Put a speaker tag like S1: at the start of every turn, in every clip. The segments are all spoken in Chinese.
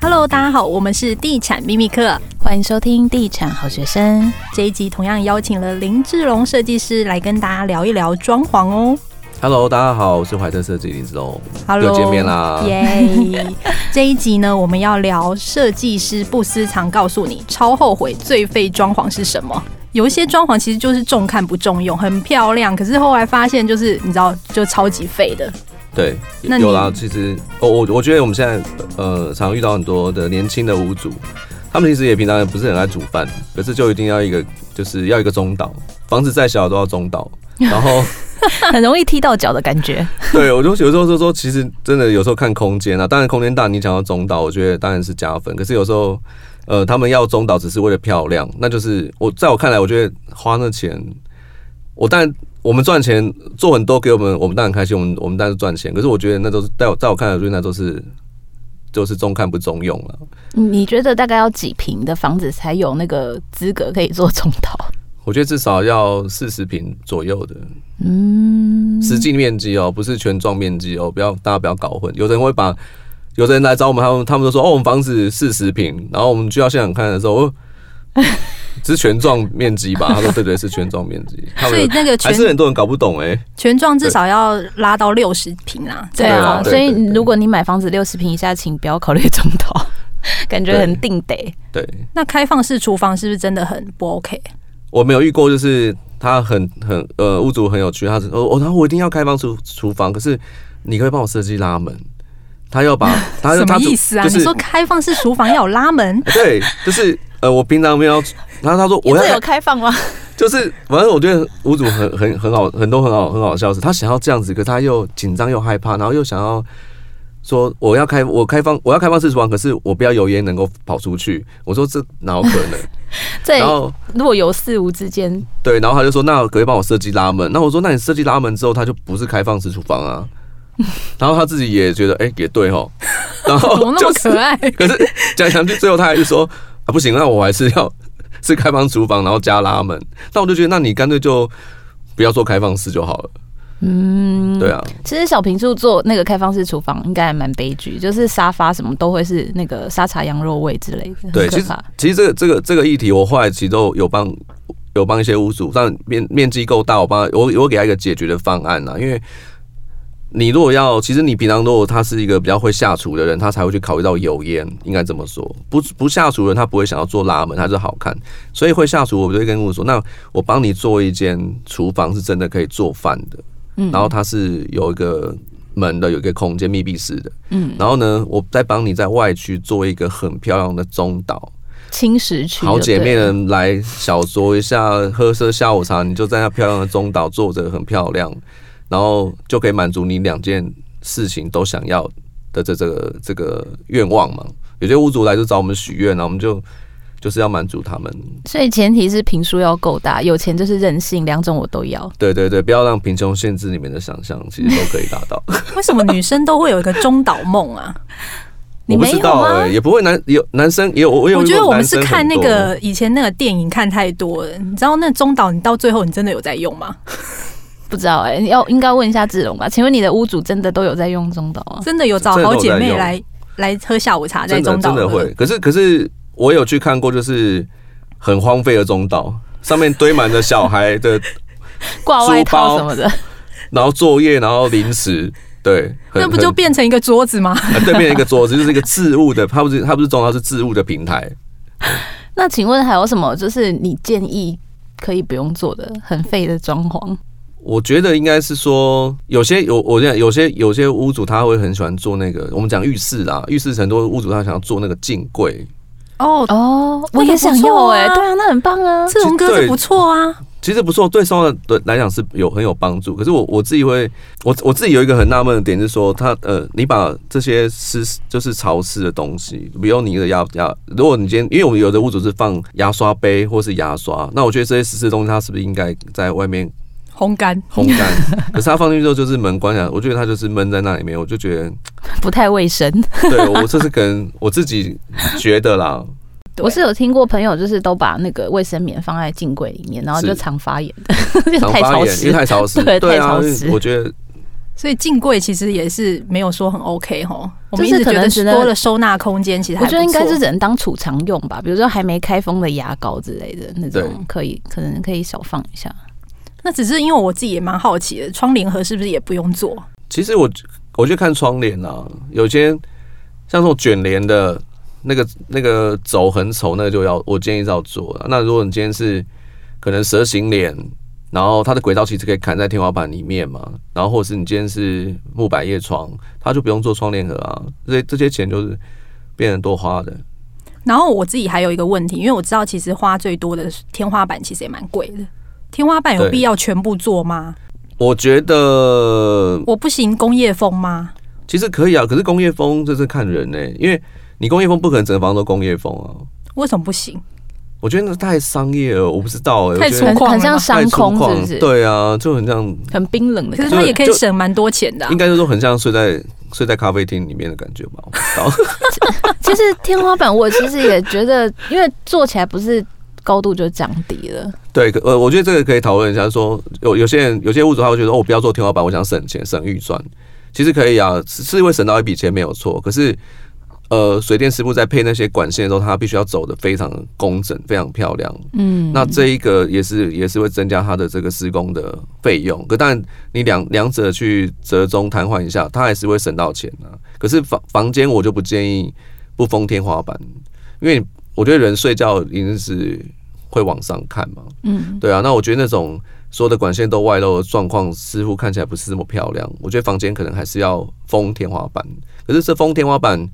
S1: Hello，大家好，我们是地产秘密课。
S2: 欢迎收听《地产好学生》。
S1: 这一集同样邀请了林志龙设计师来跟大家聊一聊装潢哦。
S3: Hello，大家好，我是怀特设计林子龙，
S1: Hello，
S3: 又见面啦
S1: 耶、 这一集呢，我们要聊设计师不私藏告诉你，超后悔最废装潢是什么。有一些装潢其实就是重看不重用，很漂亮，可是后来发现就是你知道，就超级废的。
S3: 对，
S1: 那你
S3: 有啦。其实，哦我我我觉得我们现在呃，常遇到很多的年轻的屋主，他们其实也平常也不是很爱煮饭，可是就一定要一个，就是要一个中岛，房子再小都要中岛。然后，
S2: 很容易踢到脚的感觉。
S3: 对我就有时候就说，其实真的有时候看空间啊，当然空间大，你想要中岛，我觉得当然是加分。可是有时候，呃，他们要中岛只是为了漂亮，那就是我在我看来，我觉得花那钱，我当然我们赚钱做很多给我们，我们当然开心，我们我们当然是赚钱。可是我觉得那都是在我在我看来，我觉得那都是就是中看不中用了。
S2: 你觉得大概要几平的房子才有那个资格可以做中 岛？
S3: 我觉得至少要四十平左右的，
S2: 嗯，
S3: 实际面积哦，不是全幢面积哦，不要大家不要搞混。有的人会把，有的人来找我们，他们他们都说哦，我们房子四十平，然后我们去到现场看的时候，哦、 是全幢面积吧？他说对对，是全幢面积。他
S1: 所
S3: 们
S1: 以
S3: 有
S1: 那个全
S3: 还是很多人搞不懂哎、
S1: 全幢至少要拉到六十平啦。
S2: 对
S3: 对
S2: 啊
S3: 啊。
S2: 所以
S3: 对对对
S2: 如果你买房子六十平以下，请不要考虑中岛， 感觉很定得。
S3: 对
S1: 那开放式厨房是不是真的很不 OK？
S3: 我没有遇过，就是他很很呃屋主很有趣，他是哦哦，然后我一定要开放厨厨房，可是你可以帮我设计拉门，他要把他
S1: 什
S3: 他
S1: 么意思啊？
S3: 就是
S1: 你说开放式厨房要有拉门，
S3: 对，就是呃我平常没有，然后他说我要
S2: 这有开 放吗？
S3: 就是，反正我觉得吴主很很很好，很多很好很好笑的是，他想要这样子，可他又紧张又害怕，然后又想要说我要开我开放我要开放式厨房，可是我不要油烟能够跑出去。我说这哪有可能？
S2: 这
S3: 然后
S2: 如果有四无之间，
S3: 对，然后他就说那可不可以帮我设计拉门？那我说那你设计拉门之后，它就不是开放式厨房啊。然后他自己也觉得哎、也对哦，然后
S1: 怎么那么
S3: 就是
S1: 可爱？
S3: 可是讲两句，最后他还是说啊，不行，那我还是要是开放厨房，然后加拉门。那我就觉得，那你干脆就不要做开放式就好了。嗯，对啊，
S2: 其实小平数做那个开放式厨房应该还蛮悲剧，就是沙发什么都会是那个沙茶羊肉味之类的，
S3: 对，
S2: 很
S3: 其
S2: 可
S3: 实
S2: 怕。
S3: 其实这个这个这个议题，我后来其实都有帮有帮一些屋主，但面面积够大，我帮他我我给他一个解决的方案啊，因为。你如果要，其实你平常如果他是一个比较会下厨的人，他才会去考虑到油烟，应该这么说。不不下厨的人，他不会想要做拉门，他是好看。所以会下厨，我就会跟屋主说，那我帮你做一间厨房，是真的可以做饭的。
S2: 嗯
S3: 然后它是有一个门的，有一个空间密闭式的。嗯，然后呢，我再帮你在外区做一个很漂亮的中岛，
S2: 轻食区
S3: 好
S2: 就
S3: 姐
S2: 对
S3: 妹
S2: 了
S3: 们来小酌一下，喝喝下午茶，你就在那漂亮的中岛坐着，很漂亮，然后就可以满足你两件事情都想要的这这个这个愿望嘛。有些屋主来就找我们许愿，然后我们就就是要满足他们。
S2: 所以前提是平数要够大，有钱就是任性，两种我都要。
S3: 对对对，不要让贫穷限制你们的想象，其实都可以达 到。
S1: 为什么女生都会有一个中岛梦啊？
S2: 你
S3: 我不
S2: 没
S3: 知
S2: 有
S3: 道
S2: 吗？
S3: 哎、也不会男有男生也有我
S1: 我
S3: 有遇过
S1: 觉得我们
S3: 男
S1: 是
S3: 生
S1: 看
S3: 很
S1: 那
S3: 多
S1: 个以前那个电影看太多了，你知道那中岛，你到最后你真的有在用吗？
S2: 不知道哎、要应该问一下志龙吧。请问你的屋主真的都有在用中岛 啊？
S1: 真的有找
S3: 哦真的
S1: 好
S3: 有
S1: 姐
S3: 在
S1: 妹
S3: 用
S1: 来来喝下午茶啊在
S3: 真的
S1: 中岛
S3: 真的
S1: 喝
S3: 会，可是可是我有去看过，就是很荒废的中岛，上面堆满了小 孩的，
S2: 挂外套什么的，
S3: 然后作业，然后零食，对，很
S1: 那不就
S3: 很
S1: 变成一个桌子吗？
S3: 很对面一个桌子就是一个置物的，它不是它不是中岛，它是置物的平台。
S2: 那请问还有什么？就是你建议可以不用做的很废的装潢？
S3: 我觉得应该是说，有些有我现在有些有些屋主他会很喜欢做那个，我们讲浴室啦，浴室很多屋主他想要做那个镜柜，
S1: 哦，
S2: 哦，
S1: 那
S2: 我也
S1: 也
S2: 想
S1: 不
S2: 要
S1: 错
S2: 哎、
S1: 啊
S2: 对啊，那很棒啊。
S1: 志荣哥
S3: 对
S1: 这不错啊，
S3: 其实不错，对双方的来讲是有很有帮助。可是我我自己会，我我自己有一个很纳闷的点是说，它呃，你把这些湿就是潮湿的东西，比如你的牙牙，如果你今天，因为我们有的屋主是放牙刷杯或是牙刷，那我觉得这些湿湿的东西，它是不是应该在外面
S1: 烘干。
S3: 烘干？可是它放进去之后就是门关起来，我觉得它就是闷在那里面，我就觉得，
S2: 不太卫生。
S3: 对我这是跟我自己觉得啦，
S2: 我是有听过朋友就是都把那个卫生棉放在镜 柜里面，然后就是常发炎的，就
S3: 常
S2: 太
S3: 发
S2: 潮
S3: 炎，因为
S2: 湿。
S3: 太潮湿，
S2: 对
S3: 对
S2: 太
S3: 啊
S2: 潮湿，
S3: 我觉得
S1: 所以进柜其实也是没有说很 OK 吼，我们一
S2: 就
S1: 直
S2: 是可
S1: 觉
S2: 能
S1: 得
S2: 觉得
S1: 多了收纳空间，其实还
S2: 我觉得应该
S1: 不
S2: 是
S1: 错
S2: 只能当储藏用吧，比如说还没开封的牙膏之类的那
S3: 对
S2: 种，可以可能可以少放一下。
S1: 那只是因为我自己也蛮好奇的，窗帘盒是不是也不用做？
S3: 其实我我就看窗帘啊，有些像这种卷帘的那个那个轴很丑，那个就要我建议是要做的。那如果你今天是可能蛇形帘，然后它的轨道其实可以砍在天花板里面嘛，然后或者是你今天是木百叶窗，它就不用做窗帘盒啊，这些这些钱就是变成多花的。
S1: 然后我自己还有一个问题，因为我知道其实花最多的天花板其实也蛮贵的，天花板有
S3: 对
S1: 必要全部做吗？
S3: 我觉得
S1: 我不行工业风吗？
S3: 其实可以啊，可是工业风这是看人呢、因为你工业风不可能整个房子都工业风啊。
S1: 为什么不行？
S3: 我觉得那太商业了，我不知道哎、我
S1: 太
S3: 觉得
S1: 粗
S2: 很
S1: 犷
S2: 很
S1: 了
S2: 像
S1: 吗
S2: 商
S3: 太粗
S2: 空，
S3: 犷
S2: 是不是？，
S3: 对啊，就很像，
S2: 很冰冷的
S1: 可
S2: 感
S1: 是
S2: 觉。
S1: 它也可以
S3: 就
S1: 省蛮多钱的啊、
S3: 应该就说很像睡在睡在咖啡厅里面的感觉吧。我不知道
S2: 其实天花板我其实也觉得，因为做起来不是高度就降低了，
S3: 对，可呃，我觉得这个可以讨论一下说有有些人有些屋主他会觉得哦，我不要做天花板，我想省钱省预算，其实可以啊，是是会省到一笔钱没有错，可是。呃，水电师傅在配那些管线的时候，他必须要走的非常工整，非常漂亮。
S2: 嗯，
S3: 那这一个也是也是会增加它的这个施工的费用，可但你两两者去折中瘫痪一下，它还是会省到钱啊。可是房房间我就不建议不封天花板，因为我觉得人睡觉一定是会往上看嘛，
S2: 嗯，
S3: 对啊。那我觉得那种所有的管线都外露的状况，似乎看起来不是那么漂亮。我觉得房间可能还是要封天花板，可是这封天花板，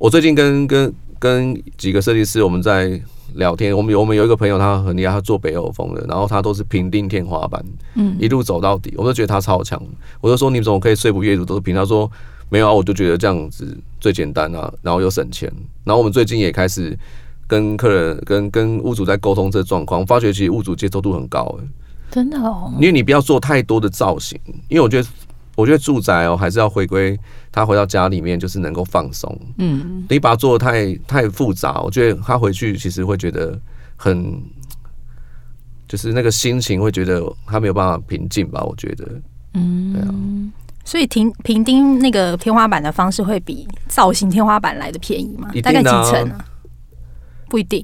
S3: 我最近跟跟跟几个设计师我们在聊天，我们有我们有一个朋友他很厉害，他做北欧风的，然后他都是平定天花板，嗯，一路走到底，我都觉得他超强。我就说你怎么可以说服业主都是平？他说没有啊，我就觉得这样子最简单啊，然后又省钱。然后我们最近也开始跟客人跟跟屋主在沟通这状况，发觉其实屋主接受度很高、欸
S1: 嗯
S2: 真的哦，
S3: 因为你不要做太多的造型，因为我觉得，我觉得住宅哦，还是要回归他回到家里面就是能够放松。
S2: 嗯，
S3: 你把它做的太太复杂，我觉得他回去其实会觉得很，就是那个心情会觉得他没有办法平静吧。我觉得，嗯，对啊，
S1: 所以平平钉那个天花板的方式会比造型天花板来的便宜吗？
S3: 一定
S1: 大
S3: 啊
S1: 概几成啊？不一定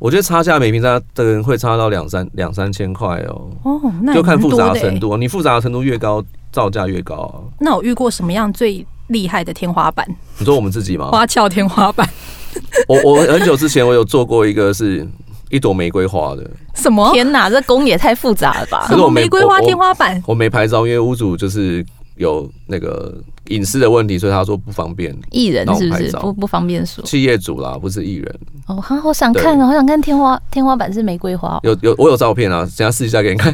S3: 我觉得差价每平差的人会差到两三两三千块哦，
S1: 哦，那也
S3: 就看
S1: 蛮
S3: 复
S1: 多
S3: 杂
S1: 的欸
S3: 程。度，你复杂的程度越高，造价越高啊、
S1: 那我遇过什么样最厉害的天花板？
S3: 你说我们自己吗？
S1: 花俏天花板？
S3: 我我很久之前我有做过一个是一朵玫瑰花的，
S1: 什么？
S2: 天哪，这工也太复杂了吧
S3: 啊可
S1: 什？
S3: 是
S1: 么
S3: 我没
S1: 玫瑰
S3: 我
S1: 花
S3: 我
S1: 天花板？
S3: 我没拍照，因为屋主就是有那个隐私的问题，所以他说不方便。
S2: 艺人是不
S3: 那我拍
S2: 是
S3: 照
S2: 不不方便说？
S3: 企业主啦，不是艺人，
S2: 哦，哈好想看哦，好想看天花天花板是玫瑰 花哦，
S3: 有有我有照片啊，等一下试一下给你看。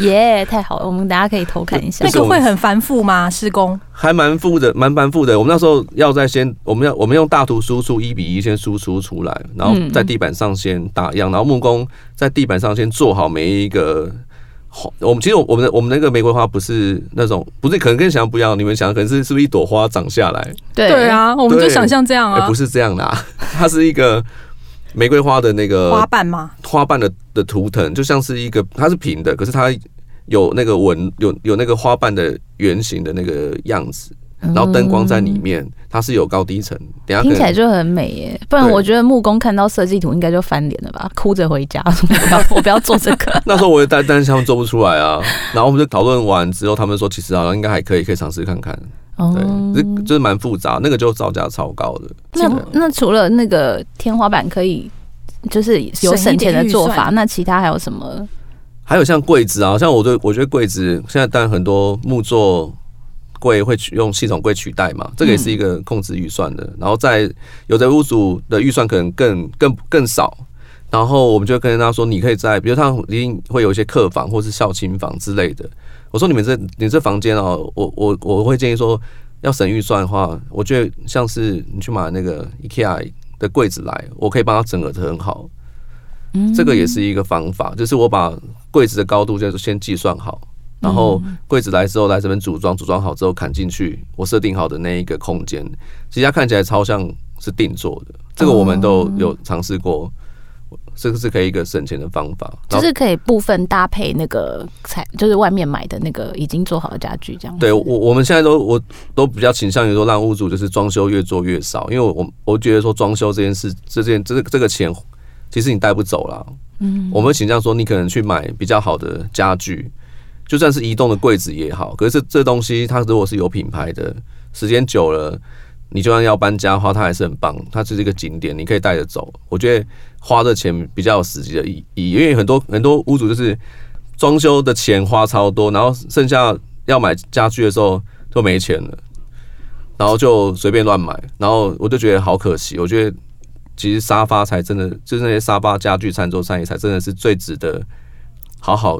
S2: 耶，太好了，我们大家可以偷看一下
S1: 那
S3: 就。是
S1: 个
S3: 我们
S1: 会很繁复吗？施工？
S3: 还蛮复的，蛮繁复的。我们那时候要在先，我们要我们用大图输出一比一先输出出来，然后在地板上先打样，然后木工在地板上先做好每一个。花。我们其实我们的我们那个玫瑰花不是那种，不是可能跟想象不一样，你们想的可能是是不是一朵花长下来？
S2: 对，
S1: 啊，我
S3: 们就想象
S1: 这样
S3: 哎、不是这样啦，它是一个玫瑰花的那个
S1: 花瓣吗？
S3: 花瓣的的图腾，就像是一个它是平的，可是它有那个纹，有有那个花瓣的圆形的那个样子，然后灯光在里面，它是有高低层。等一下
S2: 嗯
S3: 可
S2: 听起来
S3: 能
S2: 就很美耶，不然
S3: 对
S2: 我觉得木工看到设计图应该就翻脸了吧，哭着回家，我不要 我不要做这个。
S3: 那时候我也担担心他们做不出来啊，然后我们就讨论完之后，他们说其实好像应该还可以，可以尝试看看。
S2: 哦
S3: 对，这就是蛮复杂，那个就造价超高的。
S2: 那那除了那个天花板可以，就是有省钱的做
S1: 省一点预
S2: 法，
S1: 算
S2: 那其他还有什么？
S3: 还有像柜子啊，像我对我觉得柜子现在当然很多木作柜会取用系统柜取代嘛，这个也是一个控制预算的。然后在有的屋主的预算可能更更更少，然后我们就跟他说，你可以在比如他一定会有一些客房或是孝亲房之类的。我说你们这你这房间哦，我我我会建议说，要省预算的话，我觉得像是你去买那个 IKEA 的柜子来，我可以帮他整合的很好。这个也是一个方法，就是我把柜子的高度就是先计算好，然后柜子来之后来这边组装，组装好之后砍进去我设定好的那一个空间，其实它看起来超像是定做的，这个我们都有尝试过。这个是可以一个省钱的方法。然
S2: 就
S3: 后
S2: 是可以部分搭配那个材，就是外面买的那个已经做好的家具这样。
S3: 对我，我们现在都我都比较倾向于说，让屋主就是装修越做越少，因为我我觉得说装修这件事，这件这个这个钱，其实你带不走啦。嗯，我们倾向说，你可能去买比较好的家具，就算是移动的柜子也好，可是这这东西它如果是有品牌的，时间久了，你就算要搬家的话，它还是很棒，它只是一个景点，你可以带着走。我觉得花这钱比较有实际的意义，因为很多很多屋主就是装修的钱花超多，然后剩下要买家具的时候都没钱了，然后就随便乱买，然后我就觉得好可惜。我觉得其实沙发才真的，就是那些沙发、家具、餐桌、餐椅才真的是最值得好好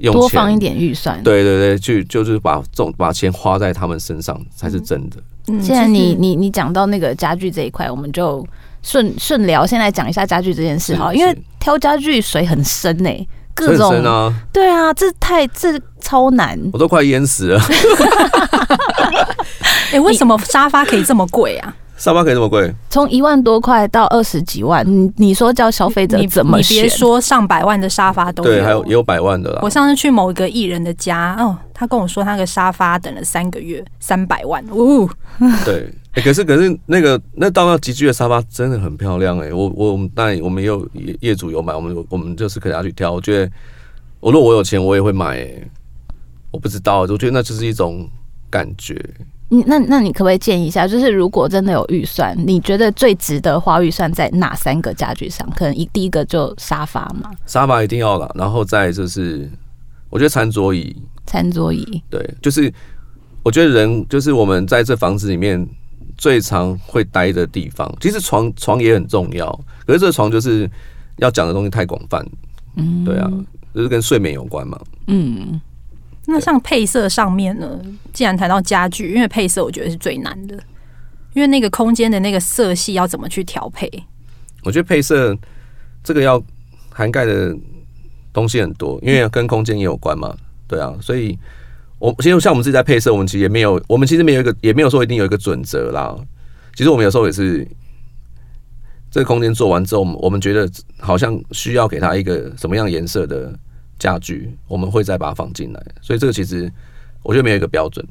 S3: 用钱
S2: 多放一。点预算。，
S3: 对对对，去就是把这种把钱花在他们身上才是真的。
S1: 嗯
S2: 既然你
S1: 就是
S2: 你你讲到那个家具这一块，我们就顺顺聊，先来讲一下家具这件事
S3: 是
S2: 好了，
S3: 是
S2: 因为挑家具水很深呢、各
S3: 很
S2: 种
S3: 深啊，
S2: 对啊，这太这超难。
S3: 我都快淹死了。
S1: 哎、为什么沙发可以这么贵啊？
S3: 沙发可以这么贵？
S2: 从一万多块到二十几万，你你说叫消费者
S1: 你
S2: 怎么
S1: 你别
S2: 选？
S1: 说上百万的沙发都
S3: 对，还有也有百万的啦
S1: 我。上次去某一个艺人的家，哦，他跟我说他那个沙发等了三个月，三百万，呜、
S3: 对，欸可是可是那个那到那集聚的沙发真的很漂亮哎、我我我们当然我们也有业业主有买，我们我们就是可以拿去挑。我觉得我如果我有钱，我也会买、欸。我不知道，我觉得那就是一种感觉。
S2: 你那那你可不可以建议一下？就是如果真的有预算，你觉得最值得花预算在哪三个家具上？可能一第一个就沙发嘛，
S3: 沙发一定要啦，然后再就是我觉得餐桌椅，
S2: 餐桌椅，
S3: 对，就是我觉得人就是我们在这房子里面最常会待的地方。其实床床也很重要，可是这个床就是要讲的东西太广泛。嗯，对啊，就是跟睡眠有关嘛。
S2: 嗯，
S1: 那像配色上面呢？既然谈到家具，因为配色我觉得是最难的，因为那个空间的那个色系要怎么去调配？
S3: 我觉得配色这个要涵盖的东西很多，因为跟空间也有关嘛。对啊，所以我其实像我们自己在配色，我们其实也没有，我们其实没有一个也没有说一定有一个准则啦。其实我们有时候也是，这个空间做完之后，我们我们觉得好像需要给它一个什么样颜色的家具，我们会再把它放进来。所以这个其实我觉得没有一个标准。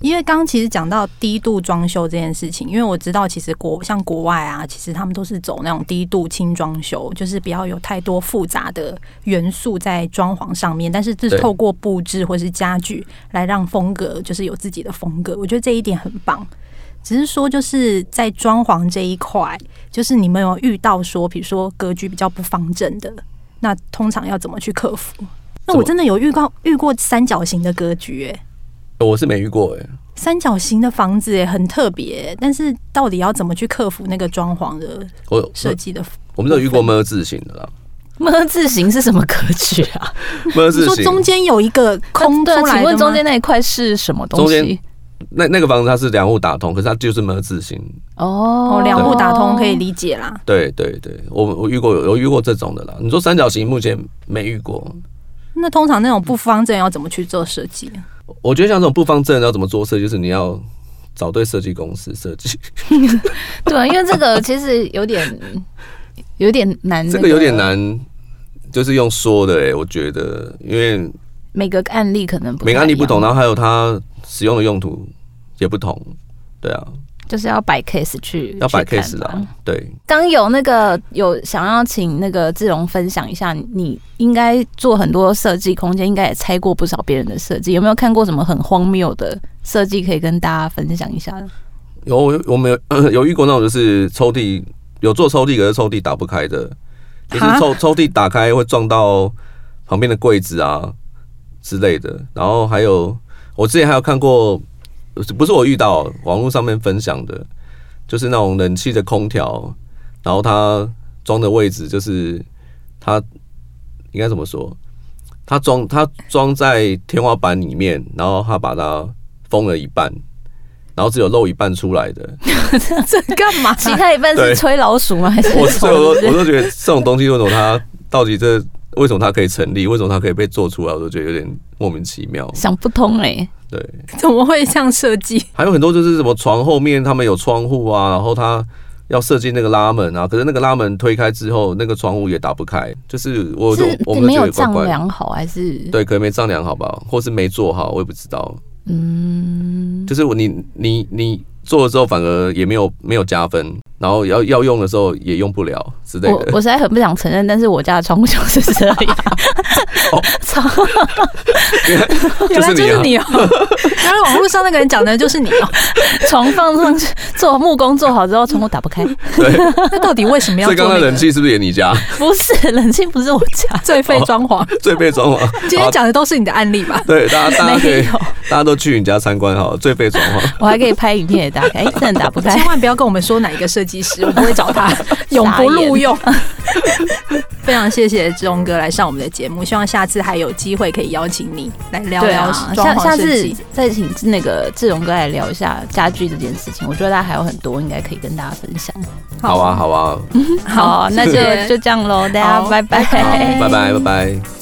S1: 因为刚刚其实讲到低度装修这件事情，因为我知道其实国像国外啊，其实他们都是走那种低度轻装修，就是不要有太多复杂的元素在装潢上面，但是就是
S3: 对
S1: 透过布置或是家具来让风格就是有自己的风格，我觉得这一点很棒。只是说，就是在装潢这一块，就是你们有遇到说，比如说格局比较不方正的，那通常要怎么去克服？那我
S3: 怎
S1: 真的有遇到遇过三角形的格局、欸，
S3: 我是没遇过诶、欸
S1: 三角形的房子也很特别，但是到底要怎么去克服那个装潢的
S3: 我
S1: 设计的？
S3: 我们都有遇过么字形的啦，
S2: 么字形是什么格局啊？
S3: 么
S1: 你
S3: 字
S1: 说
S3: 形
S1: 中间有一个 空出
S2: 对，啊
S1: 来
S2: 请
S1: 的
S2: 问
S1: 吗
S2: 中间那一块是什么东
S3: 中
S2: 西
S3: 间？那那个房子它是两户打通，可是它就是没有字形。
S2: 哦
S1: 哦，两户打通可以理解啦。
S3: 对对对，我我遇过有有遇过这种的啦。你说三角形目前没遇过，
S1: 那通常那种不方正要怎么去做设计？
S3: 我觉得像这种不方正要怎么做设计，就是你要找对设计公司设计，
S2: 对啊，因为这 个其实有点有点难，
S3: 这个有点，难。就是用说的诶、欸我觉得，因为
S2: 每个案例可能不太
S3: 每个案例不同，
S2: 一
S3: 然
S2: 样，
S3: 后还有它使用的用途也不同，对啊，
S2: 就是要摆 case 去
S3: 要摆
S2: 去看
S3: case 啊
S2: 吧
S3: 啦，对，
S2: 刚有那个有想要请那个志荣分享一下，你应该做很多设计空间，应该也拆过不少别人的设计，有没有看过什么很荒谬的设计可以跟大家分享一下的？
S3: 有我有我们有、有 遇过那种就是抽屉有做抽屉，可是抽屉打不开的，就是
S1: 哈
S3: 抽抽屉打开会撞到旁边的柜子啊之类的。然后还有我之前还有看过，不是我遇到网络上面分享的，就是那种冷气的空调，然后它装的位置就是它应该怎么说？它装它装在天花板里面，然后它把它封了一半，然后只有露一半出来的。
S2: 这干嘛？ 其他一半是
S3: 对
S2: 吹老鼠吗？还是
S3: 我
S2: 什
S3: 所以
S2: 么
S3: 我都我都觉得这种东西为什么它到底这为什么它可以成立，为什么它可以被做出来，我都觉得有点莫名其妙。
S2: 想不通哎、
S3: 对，
S1: 怎么会这样设计？
S3: 还有很多就是什么床后面他们有窗户啊，然后它要设计那个拉门啊，可是那个拉门推开之后，那个窗户也打不开，就是我就是我们
S2: 没
S3: 觉
S2: 有
S3: 得怪
S2: 丈
S3: 怪的。
S2: 量好还是？
S3: 对，可能没丈量好吧，或是没做好，我也不知道。
S2: 嗯，
S3: 就是我你你你做了之后，反而也没有没有加分，然后要要用的时候也用不了之类
S2: 我
S3: 的。
S2: 我实在很不想承认，但是我家的窗户就是这 样，
S3: 哦
S2: 超
S1: 原来就
S3: 就是是
S1: 你
S3: 你啊
S1: 哦、原来网络上那个人讲的就是你哦、
S2: 床放上去，做木工做好之后，窗户打不 开。
S3: 对，
S1: 那到底为什么要
S3: 所以刚
S1: 做
S3: 刚
S1: 那
S3: 冷
S1: 个
S3: 气是不是也你家
S2: 不是，冷气不是我家，
S1: 最
S3: 哦
S1: 废装潢？
S3: 最被装潢？
S1: 今天
S3: 好
S1: 讲的都是你的案例吧？
S3: 对大家大家可以
S2: 没有
S3: 大家都去你家参观好了，最被装潢。
S2: 我还可以拍影片也打开，哎、真的打不 开
S1: 千。万不要跟我们说哪一个设计 师，我们会找他，永不录用。 非常谢谢志荣哥来上我们的节目，希望下次还有机会可以邀请你来聊
S2: 对
S1: 聊
S2: 啊，
S1: 装
S2: 下
S1: 潢
S2: 下
S1: 设
S2: 次
S1: 计。
S2: 再请那个志荣哥来聊一下家居这件事情，我觉得大家还有很多应该可以跟大家分享。
S3: 好啊，好啊，
S2: 好，那就
S1: 谢谢
S2: 就这样喽，大家
S1: 好
S2: 拜拜。
S3: 好，拜拜，拜拜。